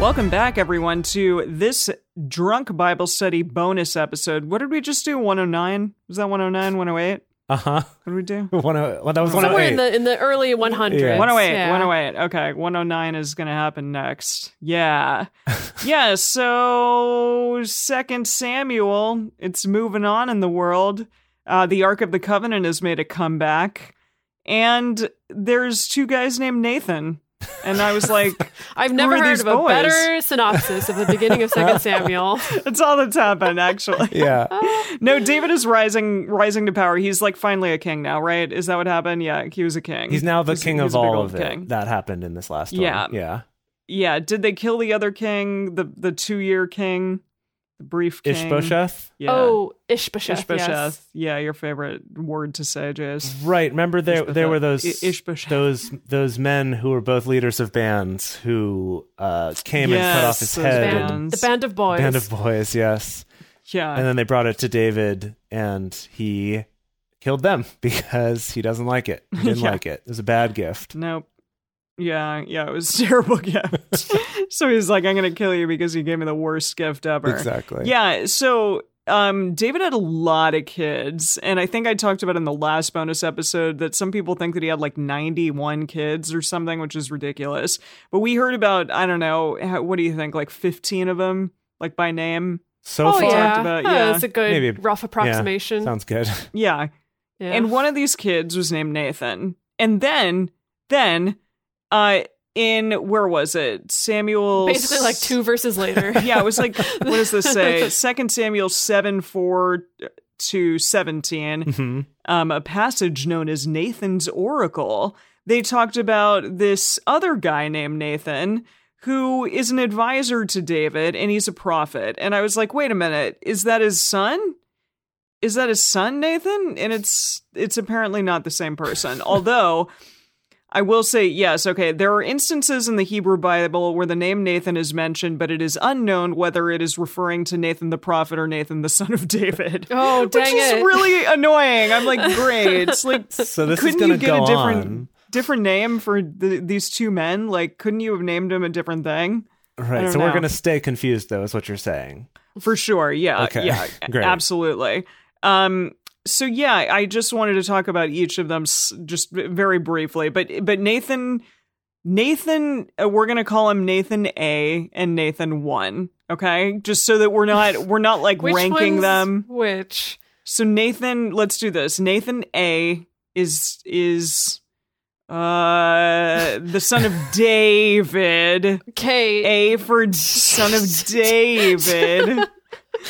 Welcome back, everyone, to this drunk Bible study bonus episode. What did we just do? 109? Was that 109, 108? Uh huh. What did we do? One oh, well, that was one oh Somewhere in eight. the in the early 100s. Yeah. 108, Yeah. 108. Okay, 109 is going to happen next. Yeah. yeah, so second Samuel, it's moving on in the world. Uh, the Ark of the Covenant has made a comeback. And there's two guys named Nathan. And I was like, I've never are heard these of a boys? better synopsis of the beginning of Second Samuel. it's all that's happened, actually. Yeah. No, David is rising rising to power. He's like finally a king now, right? Is that what happened? Yeah, he was a king. He's now the He's- king he's of a big all old of it. king. That happened in this last Yeah. one. Yeah. Yeah. Did they kill the other king, the the two year king, the brief king? Ishbosheth. Yeah. Oh, Ishbosheth. Ishbosheth. Yes. Yeah, your favorite word to say, Jace. Right. Remember there there were those I- Ishbosheth. those those men who were both leaders of bands who uh, came and cut off his Yes, those head. Band- Bands. the band of boys. Band of boys, yes. Yeah. And then they brought it to David, and he killed them because he doesn't like it. He didn't Yeah. like it. It was a bad gift. nope. Yeah, yeah, it was a terrible gift. so he's like, I'm gonna kill you because you gave me the worst gift ever. Exactly. Yeah. So um, David had a lot of kids. And I think I talked about in the last bonus episode that some people think that he had like 91 kids or something, which is ridiculous. But we heard about, I don't know, how, what do you think, like 15 of them, like by name? So Oh far, yeah. about- Oh, yeah. that's a good Maybe. rough yeah, approximation. sounds good. Yeah. Yeah. And one of these kids was named Nathan. And then, then, uh, in where was it? Samuel. basically like two verses later. yeah, it was like what does this say? Second Samuel seven four to seventeen. Mhm. um, a passage known as Nathan's Oracle, they talked about this other guy named Nathan who is an advisor to David and he's a prophet. And I was like, wait a minute, is that his son? Is that his son, Nathan? And it's it's apparently not the same person. Although I will say yes, okay, there are instances in the Hebrew Bible where the name Nathan is mentioned, but it is unknown whether it is referring to Nathan the prophet or Nathan the son of David Oh dang which is it! really annoying. I'm like, great. It's like, So this is couldn't going you to get go a different on. different name for the, these two men? Like, couldn't you have named him a different thing? Right. don't So we're know. going to stay confused, though, is what you're saying. For sure. Yeah. Okay. Yeah. Great. Absolutely. Um. So yeah, I just wanted to talk about each of them s- just v- very briefly, but but Nathan. Nathan, uh, we're gonna call him Nathan A and Nathan One, okay? Just so that we're not we're not like Which ranking one's them. Which So Nathan, let's do this. Nathan A is is uh the son of David. K? A for d- son of David.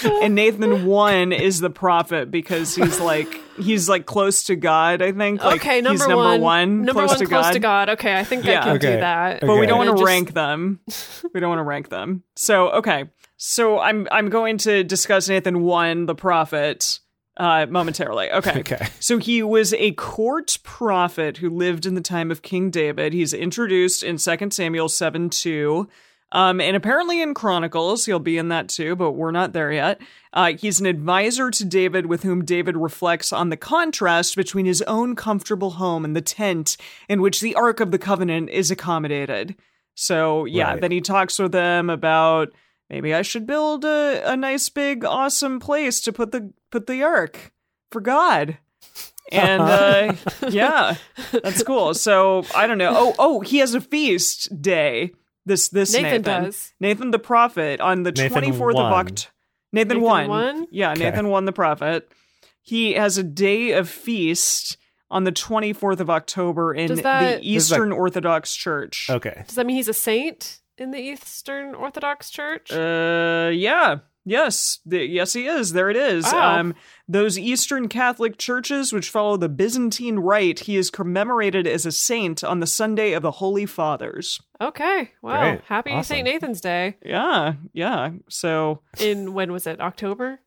And Nathan one is the prophet because he's like he's like close to God, I think. Like okay, number, he's number one, Number close, one, to, close God. to God. Okay, I think Yeah. I can Okay. do that. But we Okay. don't want And to just- rank them. We don't want to rank them. So okay. So I'm I'm going to discuss Nathan one, the prophet, uh momentarily. Okay. Okay. So he was a court prophet who lived in the time of King David. He's introduced in 2 Samuel 7 2. Um, and apparently in Chronicles, he'll be in that too, but we're not there yet. Uh, he's an advisor to David, with whom David reflects on the contrast between his own comfortable home and the tent in which the Ark of the Covenant is accommodated. So, yeah, Right. then he talks with them about maybe I should build a, a nice, big, awesome place to put the put the Ark for God Uh-huh. and uh, yeah, that's cool. So I don't know. Oh, oh, he has a feast day. This this Nathan Nathan, does. Nathan the prophet on the Nathan twenty fourth of won. Oct. Nathan, Nathan won. won? Yeah, Okay. Nathan won the prophet. He has a day of feast on the twenty fourth of October in Does that- the This is like- Eastern Orthodox Church. Okay. Does that mean he's a saint in the Eastern Orthodox Church? Uh, yeah. Yes, The- yes, he is. There it is. Wow. Um, those Eastern Catholic churches which follow the Byzantine rite, he is commemorated as a saint on the Sunday of the Holy Fathers. okay. Wow. Great. Happy Awesome. St. Nathan's Day. Yeah, yeah. So In when was it? October?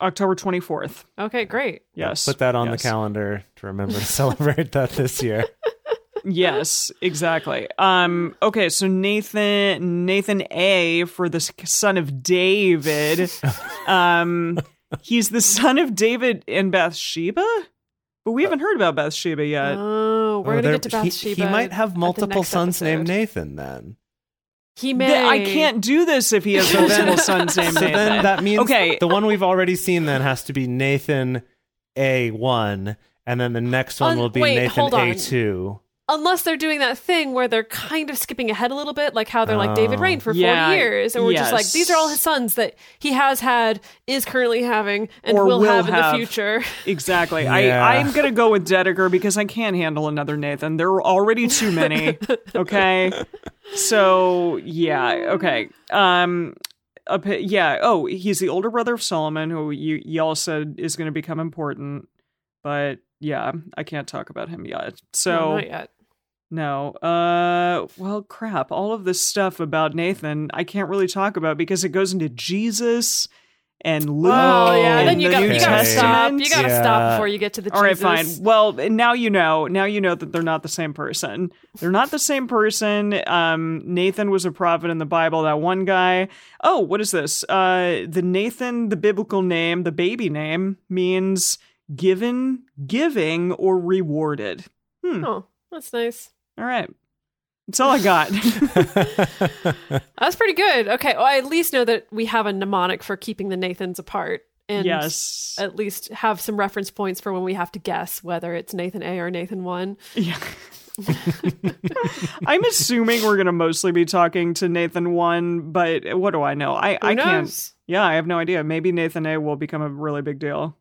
October twenty fourth. Okay, great. Yes, Put that on yes. the calendar to remember to celebrate that this year. yes, exactly. Um, okay, so Nathan Nathan A for the s- son of David. Um, he's the son of David and Bathsheba, but we haven't heard about Bathsheba yet. oh, we're Oh, gonna there- get to he- Bathsheba. He, might have at the multiple next sons named episode. Nathan then. He Th- may. I can't do this if he has So then- multiple sons named So Nathan. then that means Okay. the one we've already seen then has to be Nathan A1, and then the next one Un- will be wait, Nathan hold on. A2. Unless they're doing that thing where they're kind of skipping ahead a little bit, like how they're like David Oh. reigned for Yeah, 40 years. And we're just like, yes. these are all his sons that he has had, is currently having, and Or will, will have, in have. the future. Exactly. Yeah. I, I'm going to go with Dedeker because I can't handle another Nathan. There are already too many. okay. So, yeah. Okay. Um, up- yeah. Oh, he's the older brother of Solomon, who you, y'all said is going to become important. But yeah, I can't talk about him yet. No, So, not yet. no. Uh, well, crap. All of this stuff about Nathan, I can't really talk about because it goes into Jesus and Luke. Oh, yeah. and Then you, the got, New you gotta stop. Testament. You gotta Yeah. stop before you get to the All right, Jesus. fine. Well, now you know. Now you know that they're not the same person. They're not the same person. Um, Nathan was a prophet in the Bible. That one guy. Oh, what is this? Uh, the Nathan, the biblical name, the baby name, means given, giving, or rewarded. Hmm. Oh, that's nice. All right. That's all I got. That's pretty good. Okay. Well, I at least know that we have a mnemonic for keeping the Nathans apart. And yes. at least have some reference points for when we have to guess whether it's Nathan A or Nathan 1. Yeah. I'm assuming we're gonna mostly be talking to Nathan one, but what do I know? I Who I can't. knows? Yeah, I have no idea. Maybe Nathan A will become a really big deal.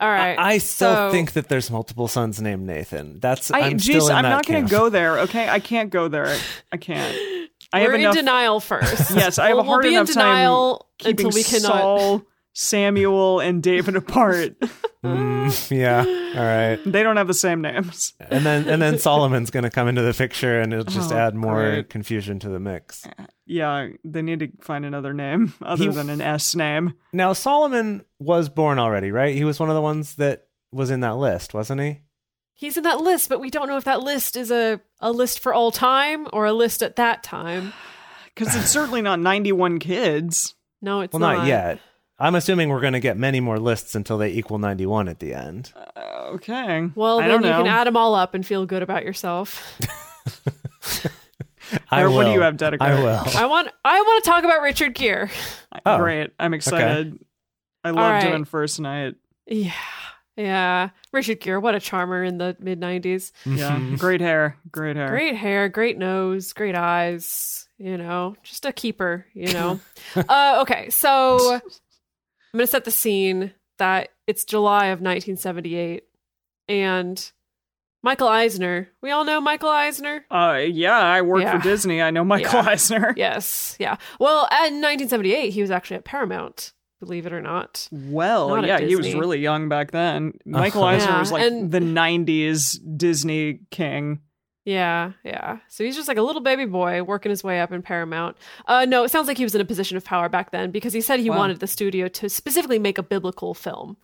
All I, right. I still so- think that there's multiple sons named Nathan. That's I, I'm jeez, still in I'm that not going camp. to go there. Okay, I can't go there. I can't. I We're have in enough. denial first. Yes, I have we'll, a hard we'll be in enough time denial keeping until we uh, cannot. Saul, Samuel, and David apart. Mm, yeah. All right. they don't have the same names. And then and then Solomon's going to come into the picture and it'll just Oh, add more great. confusion to the mix. Yeah, they need to find another name other He- than an S name. Now Solomon was born already, right? He was one of the ones that was in that list, wasn't he? He's in that list, but we don't know if that list is a, a list for all time or a list at that time. Because it's certainly not 91 kids. No, it's well, not, yet. I'm assuming we're going to get many more lists until they equal 91 at the end. Uh, okay. Well, I then don't know. you can add them all up and feel good about yourself. I Or will. what do you have, Dedeker? I will. I want I want to talk about Richard Gere. Oh. Great. I'm excited. I love right. doing first night. Yeah. Yeah. Richard Gere, what a charmer in the mid 90s. Yeah. Mhm. great hair. Great hair. Great hair, great nose, great eyes, you know, just a keeper, you know. uh, okay, so I'm going to set the scene that it's July of 1978 and Michael Eisner. We all know Michael Eisner. Uh, yeah, I work Yeah. for Disney. I know Michael Yeah. Eisner. Yes. Yeah. Well, in 1978, he was actually at Paramount, believe it or not. Well, Not at yeah, he was Disney. really young back then. Michael Uh-huh. Eisner Yeah, was like and- the '90s Disney king. Yeah, yeah. So he's just like a little baby boy working his way up in Paramount. Uh, no, it sounds like he was in a position of power back then because he said he Wow. wanted the studio to specifically make a biblical film.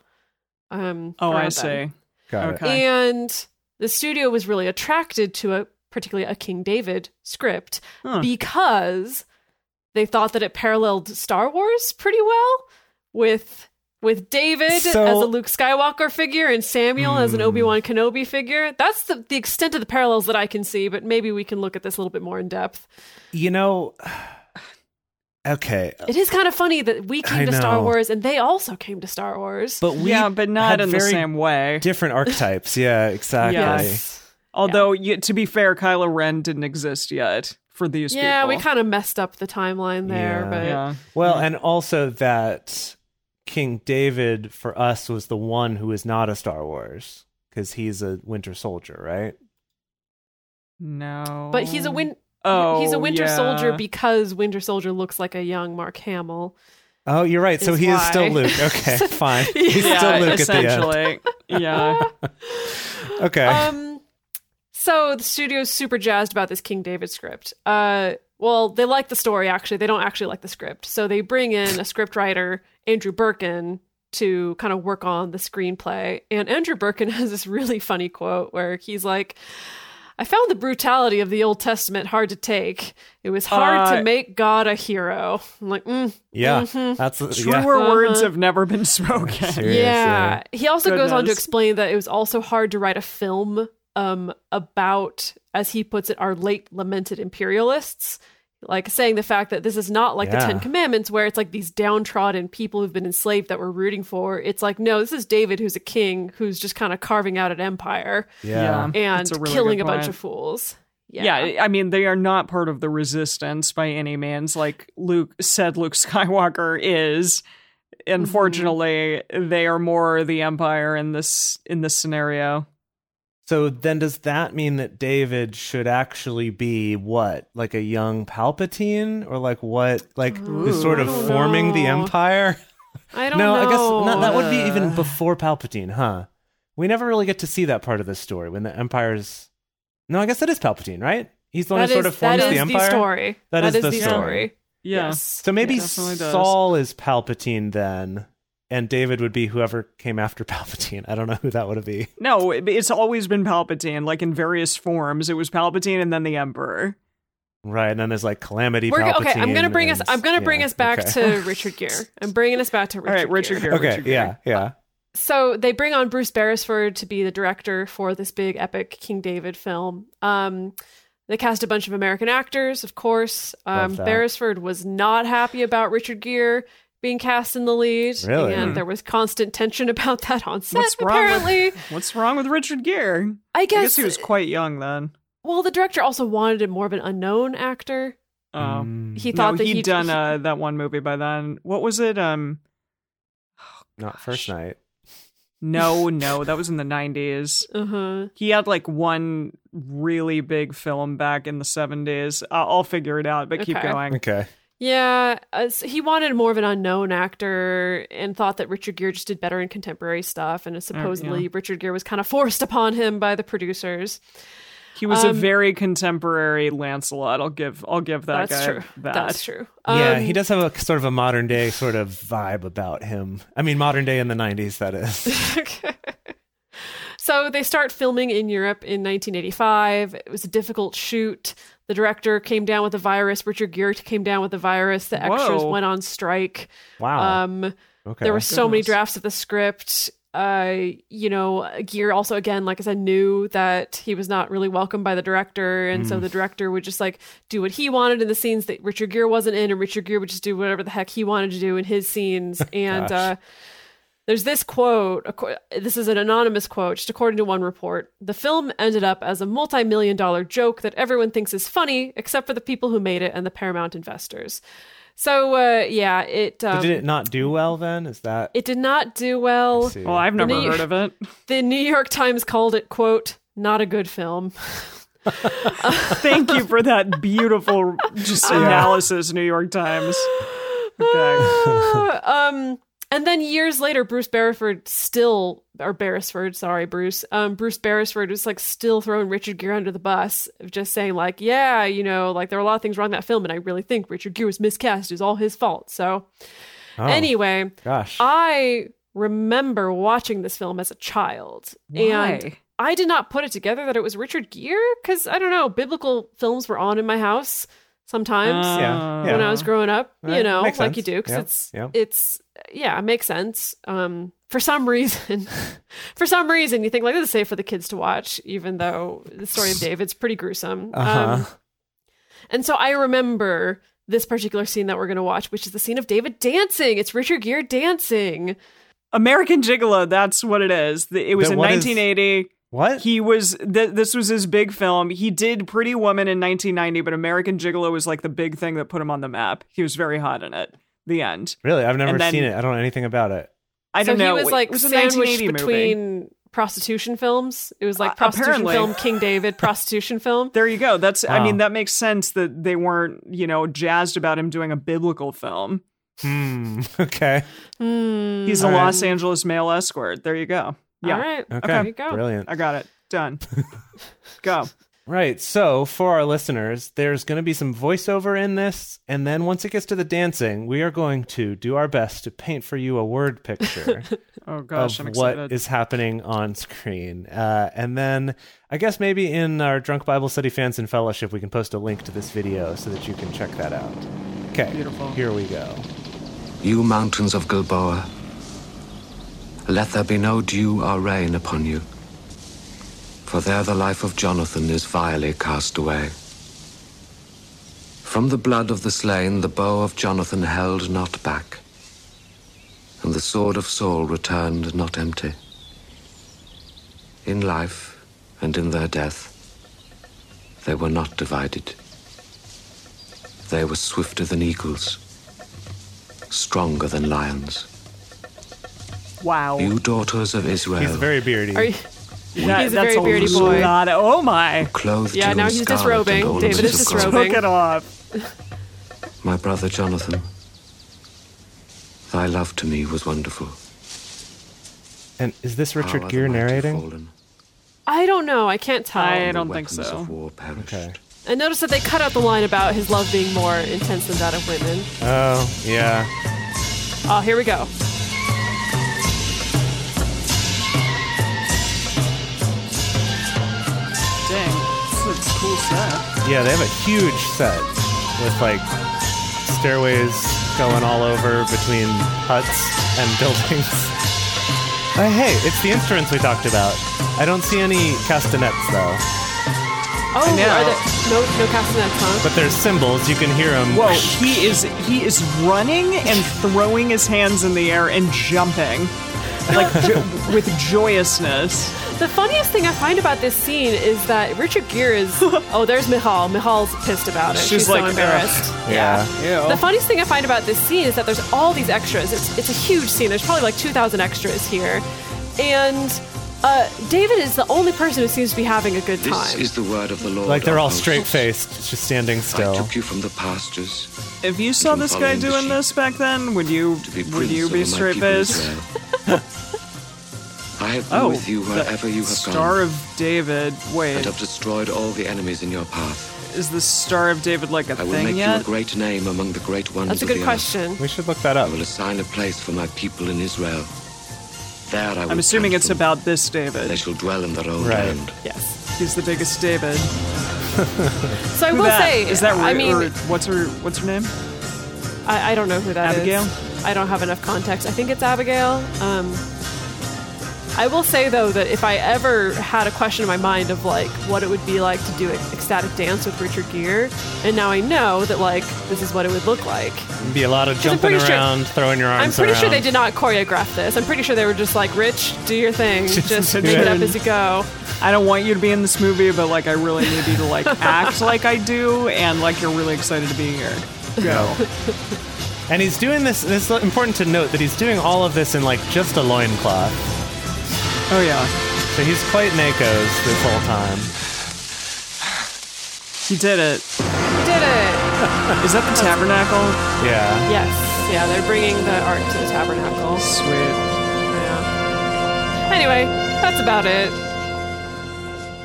Um, Oh, I around see. then. Got Okay. it. And the studio was really attracted to a particularly a King David script Huh. because they thought that it paralleled Star Wars pretty well with with David So- as a Luke Skywalker figure and Samuel as an Hmm. Obi-Wan Kenobi figure. That's the, the extent of the parallels that I can see, but maybe we can look at this a little bit more in depth. You know, okay. It is kind of funny that we came Uh, I to Star know. Wars and they also came to Star Wars. But we yeah, but not had in the very same way. different archetypes. Yeah, exactly. Yes. Although, you, to be fair, Kylo Ren didn't exist yet for these Yeah, people. we kind of messed up the timeline there, Yeah. but yeah. Well, and also that King David for us was the one who is not a Star Wars because he's a Winter Soldier, right? No. but he's a win Oh, he's a Winter yeah. Soldier because Winter Soldier looks like a young Mark Hamill. Oh, you're right. So Is he is still why. Luke. Okay, fine. Yeah, He's yeah, still Luke at the end. essentially. yeah. Okay. Um, so the studio's super jazzed about this King David script. Uh, well, they like the story actually. They don't actually like the script, so they bring in a scriptwriter, Andrew Birkin, to kind of work on the screenplay. And Andrew Birkin has this really funny quote where he's like. I found the brutality of the Old Testament hard to take. It was hard Uh, to make God a hero. I'm like, mm, yeah, mm-hmm. mhm. that's Truer yeah. words Uh-huh. have never been spoken. Seriously. Yeah. He also goes on to Goodness. explain that it was also hard to write a film um, about, as he puts it, our late lamented imperialists. like saying the fact that this is not like the Yeah. Ten Commandments, where it's like these downtrodden people who've been enslaved that we're rooting for. It's like, no, this is David, who's a king, who's just kind of carving out an empire Yeah. and That's a really killing good a bunch point. of fools. Yeah. I mean, they are not part of the resistance by any means, like Luke said Luke Skywalker is. Unfortunately, they are more the Empire in this in this scenario. So then does that mean that David should actually be what? Like a young Palpatine or like what like who's Ooh. sort of I don't forming the know. empire? I No, don't know. I guess no, that would be Uh. even before Palpatine, huh? We never really get to see that part of the story when the empire's No, I guess that is Palpatine, right? He's the one That who sort is- of forms that is the empire. story. That that is is, the the story. story. Yeah. Yes. So maybe Yeah, definitely does. Saul is Palpatine then, and David would be whoever came after Palpatine. I don't know who that would be. No, it- it's always been Palpatine, like in various forms. It was Palpatine and then the Emperor. Right, and then there's like Calamity We're, Palpatine. okay, I'm gonna bring us. and- I'm gonna bring yeah, us back okay. to Richard Gere. I'm bringing us back to Richard. All right, Richard Gere. Gere. Okay, Richard Gere. yeah, yeah. So they bring on Bruce Beresford to be the director for this big epic King David film. Um, they cast a bunch of American actors, of course. Um, Love that. Beresford was not happy about Richard Gere being cast in the lead, Really? and there was constant tension about that on set. Mm-hmm. What's wrong with- apparently, What's wrong with Richard Gere? I I guess. guess he was quite young then. well, the director also wanted him more of an unknown actor. Oh. Mm, He No, thought that he'd he done he- uh, that one movie by then. What was it? Um, not first night. no, no, that was in the '90s. Uh-huh. He had like one really big film back in the '70s. I- I'll figure it out, but keep Okay. going. Okay, Yeah, uh, so he wanted more of an unknown actor and thought that Richard Gere just did better in contemporary stuff. Mm, And uh, supposedly, Richard Gere was kind of forced upon him by the producers. He was a Um, very contemporary Lancelot. I'll give, I'll give that That's guy true. that. That's true. yeah, Um, he does have a sort of a modern day sort of vibe about him. I mean, modern day in the '90s, that is. so they start filming in Europe in 1985. It was a difficult shoot. The director came down with the virus. Richard Gere came down with the virus. The extras Whoa. went on strike. Wow. Um, okay. There were so many Goodness. drafts of the script. Uh, you know, Gear also again, like I said, knew that he was not really welcomed by the director, and Hmm. so the director would just like do what he wanted in the scenes that Richard Gear wasn't in, and Richard Gear would just do whatever the heck he wanted to do in his scenes. and uh, there's this quote. acco- This is an anonymous quote, just according to one report. The film ended up as a multi-million dollar joke that everyone thinks is funny, except for the people who made it and the Paramount investors. So uh, yeah, it. Um, So did it not do well then? Is that? it did not do well. see. Well, I've never New- heard of it. The New York Times called it, quote, not a good film. Thank you for that beautiful just analysis, New York Times. Okay. um, and then years later, Bruce Beresford still, or Beresford, sorry, Bruce, um, Bruce Beresford was like still throwing Richard Gere under the bus, of just saying like, yeah, you know, like there were a lot of things wrong in that film, and I really think Richard Gere was miscast. It was all his fault. So Oh, anyway, gosh. I remember watching this film as a child, and um, Why? I did not put it together that it was Richard Gere because I don't know. Biblical films were on in my house sometimes Uh, Yeah, when I was growing up. Right, You know, like makes you sense. do because Yeah, it's yeah. it's yeah, it makes sense. Um, for some reason, for some reason, you think like this is safe for the kids to watch, even though the story of David's pretty gruesome. Uh-huh. Um, and so I remember this particular scene that we're going to watch, which is the scene of David dancing. It's Richard Gere dancing. American Gigolo, that's what it is. The- It was Then in what is- 1980. what? He was th- this was his big film. He did Pretty Woman in 1990, but American Gigolo was like the big thing that put him on the map. He was very hot in it. The end. really? I've never and then- seen it. I don't know anything about it. I don't so know. He was It like was a sandwiched 1980 between Movie. prostitution films. It was like Uh, prostitution apparently. film, King David, prostitution film. There you go. That's I Wow. mean that makes sense that they weren't you know jazzed about him doing a biblical film. Hmm. Okay. Hmm. He's a All right. Los Angeles male escort. There you go. Yeah, All right. Okay. There you go. Brilliant. I got it. Done. go. Right. So, for our listeners, there's going to be some voiceover in this. And then once it gets to the dancing, we are going to do our best to paint for you a word picture Oh gosh, of I'm excited. what is happening on screen. Uh, and then I guess maybe in our Drunk Bible Study Fans and Fellowship, we can post a link to this video so that you can check that out. Okay. Beautiful. Here we go. You mountains of Gilboa, let there be no dew or rain upon you, for there the life of Jonathan is vilely cast away. From the blood of the slain, the bow of Jonathan held not back, and the sword of Saul returned not empty. In life and in their death, they were not divided. They were swifter than eagles, stronger than lions. Wow. You daughters of He's Israel, very beardy. Are you? That- he's a that's very beardy boy. lot of- oh my. clothed Yeah, you now in he's scarlet and disrobing. ornaments David is of gold. disrobing. Took it off. My brother Jonathan, thy love to me was wonderful. And is this How Richard are the Gere mighty narrating? fallen, I don't know. I can't tell. I I, and the don't think weapons so. Of war perished. Okay. noticed that they cut out the line about his love being more intense than that of women. Oh, yeah. Oh, here we go. Dang. This looks cool stuff. Yeah, they have a huge set with like stairways going all over between huts and buildings. Uh, hey, it's the instruments we talked about. I don't see any castanets though, Oh, know. are there- no, no castanets, huh? but there's cymbals. You can hear them. Whoa, he is he is running and throwing his hands in the air and jumping. Like jo- with joyousness. The funniest thing I find about this scene is that Richard Gere is. oh, there's Mihal. Mihal's pissed about it. She's She's, like, so "Ugh." embarrassed. Yeah. The Ew. funniest thing I find about this scene is that there's all these extras. It's, it's a huge scene. There's probably like 2,000 extras here. And uh, David is the only person who seems to be having a good This time. is the word of the Lord. Like they're of all hosts. straight faced, just standing I still. took you from the pastures If you saw this guy doing this back then, would you to be would prince you over my be straight people faced? Israel. I have been Oh, with you the wherever you have Star gone, of David. and Wait, have destroyed all the enemies in your path. is the Star of David like a I will thing make you a yet? great name among the great ones That's a of good the question. We should look that up. earth. I will assign a place for my people in Israel. There I will. I'm assuming plant it's them. about this They David. shall dwell in their own Right. land. Yes. He's the biggest David. So I Who will that? say, is that I Ru- mean, or what's her what's her name? I, I don't know who that is. Abigail? I don't have enough context. I think it's Abigail. Um, I will say though that if I ever had a question in my mind of like what it would be like to do ecstatic dance with Richard Gere, and now I know that like this is what it would look like. Be a lot of I'm jumping pretty sure- around, throwing your arms I'm pretty sure they around. did not choreograph this. I'm pretty sure they were just like, Rich, do your thing. Just, do make it." it up as you go. I don't want you to be in this movie, but like I really need you to like act like I do, and like you're really excited to be here. Go. And he's doing this. It's important to note that he's doing all of this in like just a loincloth. Oh yeah, So he's quite Nakos this whole time. he did it. You did it. Is that the tabernacle? Yeah. Yes. Yeah, they're bringing the ark to the tabernacle. Sweet. Yeah. Anyway, that's about it.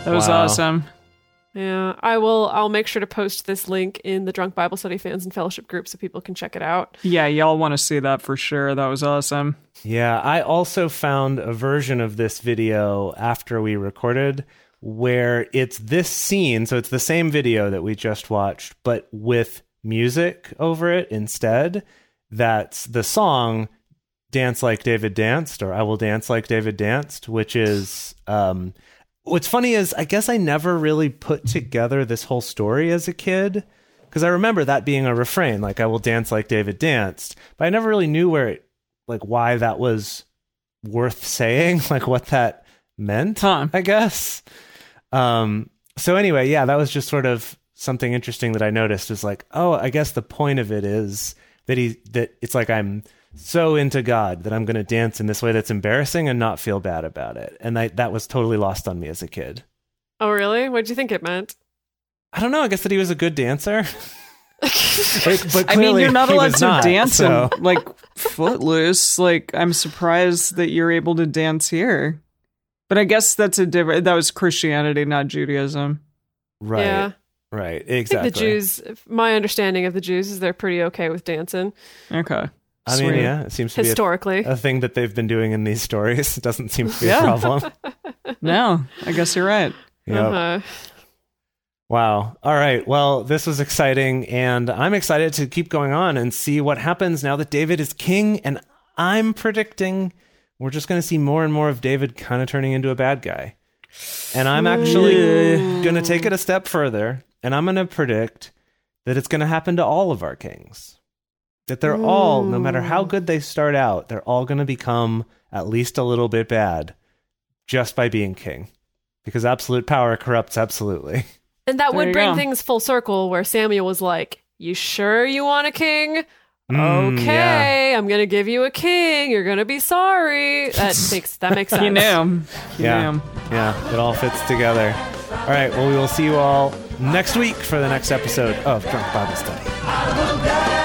That was Wow. awesome. Yeah, I will. I'll make sure to post this link in the Drunk Bible Study fans and fellowship group so people can check it out. Yeah, y'all want to see that for sure. That was awesome. Yeah, I also found a version of this video after we recorded where it's this scene. So it's the same video that we just watched, but with music over it instead. That's the song Dance Like David Danced or I Will Dance Like David Danced, which is. Um, what's funny is I guess I never really put together this whole story as a kid because I remember that being a refrain, like I will dance like David danced, but I never really knew where it, like why that was worth saying, like what that meant. Huh. I guess. Um. So anyway, yeah, that was just sort of something interesting that I noticed is like, oh, I guess the point of it is that he that it's like I'm so into God that I'm going to dance in this way that's embarrassing and not feel bad about it, and I, that was totally lost on me as a kid. Oh, really? What do you think it meant? I don't know. I guess that he was a good dancer. but, but I mean, clearly you're not he allowed was to not, dance so- in like Footloose. Like, I'm surprised that you're able to dance here. But I guess that's a different. That was Christianity, not Judaism. Right. Yeah, Right. I think Exactly. the Jews. My understanding of the Jews is they're pretty okay with dancing Okay. I mean, Sweet. yeah, it seems to be a, historically. a thing that they've been doing in these stories. It doesn't seem to be Yeah. a problem. No, I guess you're right. Yep. Uh-huh. Wow. All right. Well, this was exciting, and I'm excited to keep going on and see what happens now that David is king. And I'm predicting we're just going to see more and more of David kind of turning into a bad guy. And I'm actually going to take it a step further, and I'm going to predict that it's going to happen to all of our kings. That they're all, no matter how good they start out, they're all going to become at least a little bit bad just by being king. Because absolute power corrupts absolutely. And that There would you bring go. things full circle where Samuel was like, You sure you want a king? Mm, okay, yeah. I'm gonna give you a king. You're gonna be sorry. That makes that makes sense. You knew. You Yeah. knew. Yeah. It all fits together. All right. Well, we will see you all next week for the next episode of Drunk Bible Study. I will die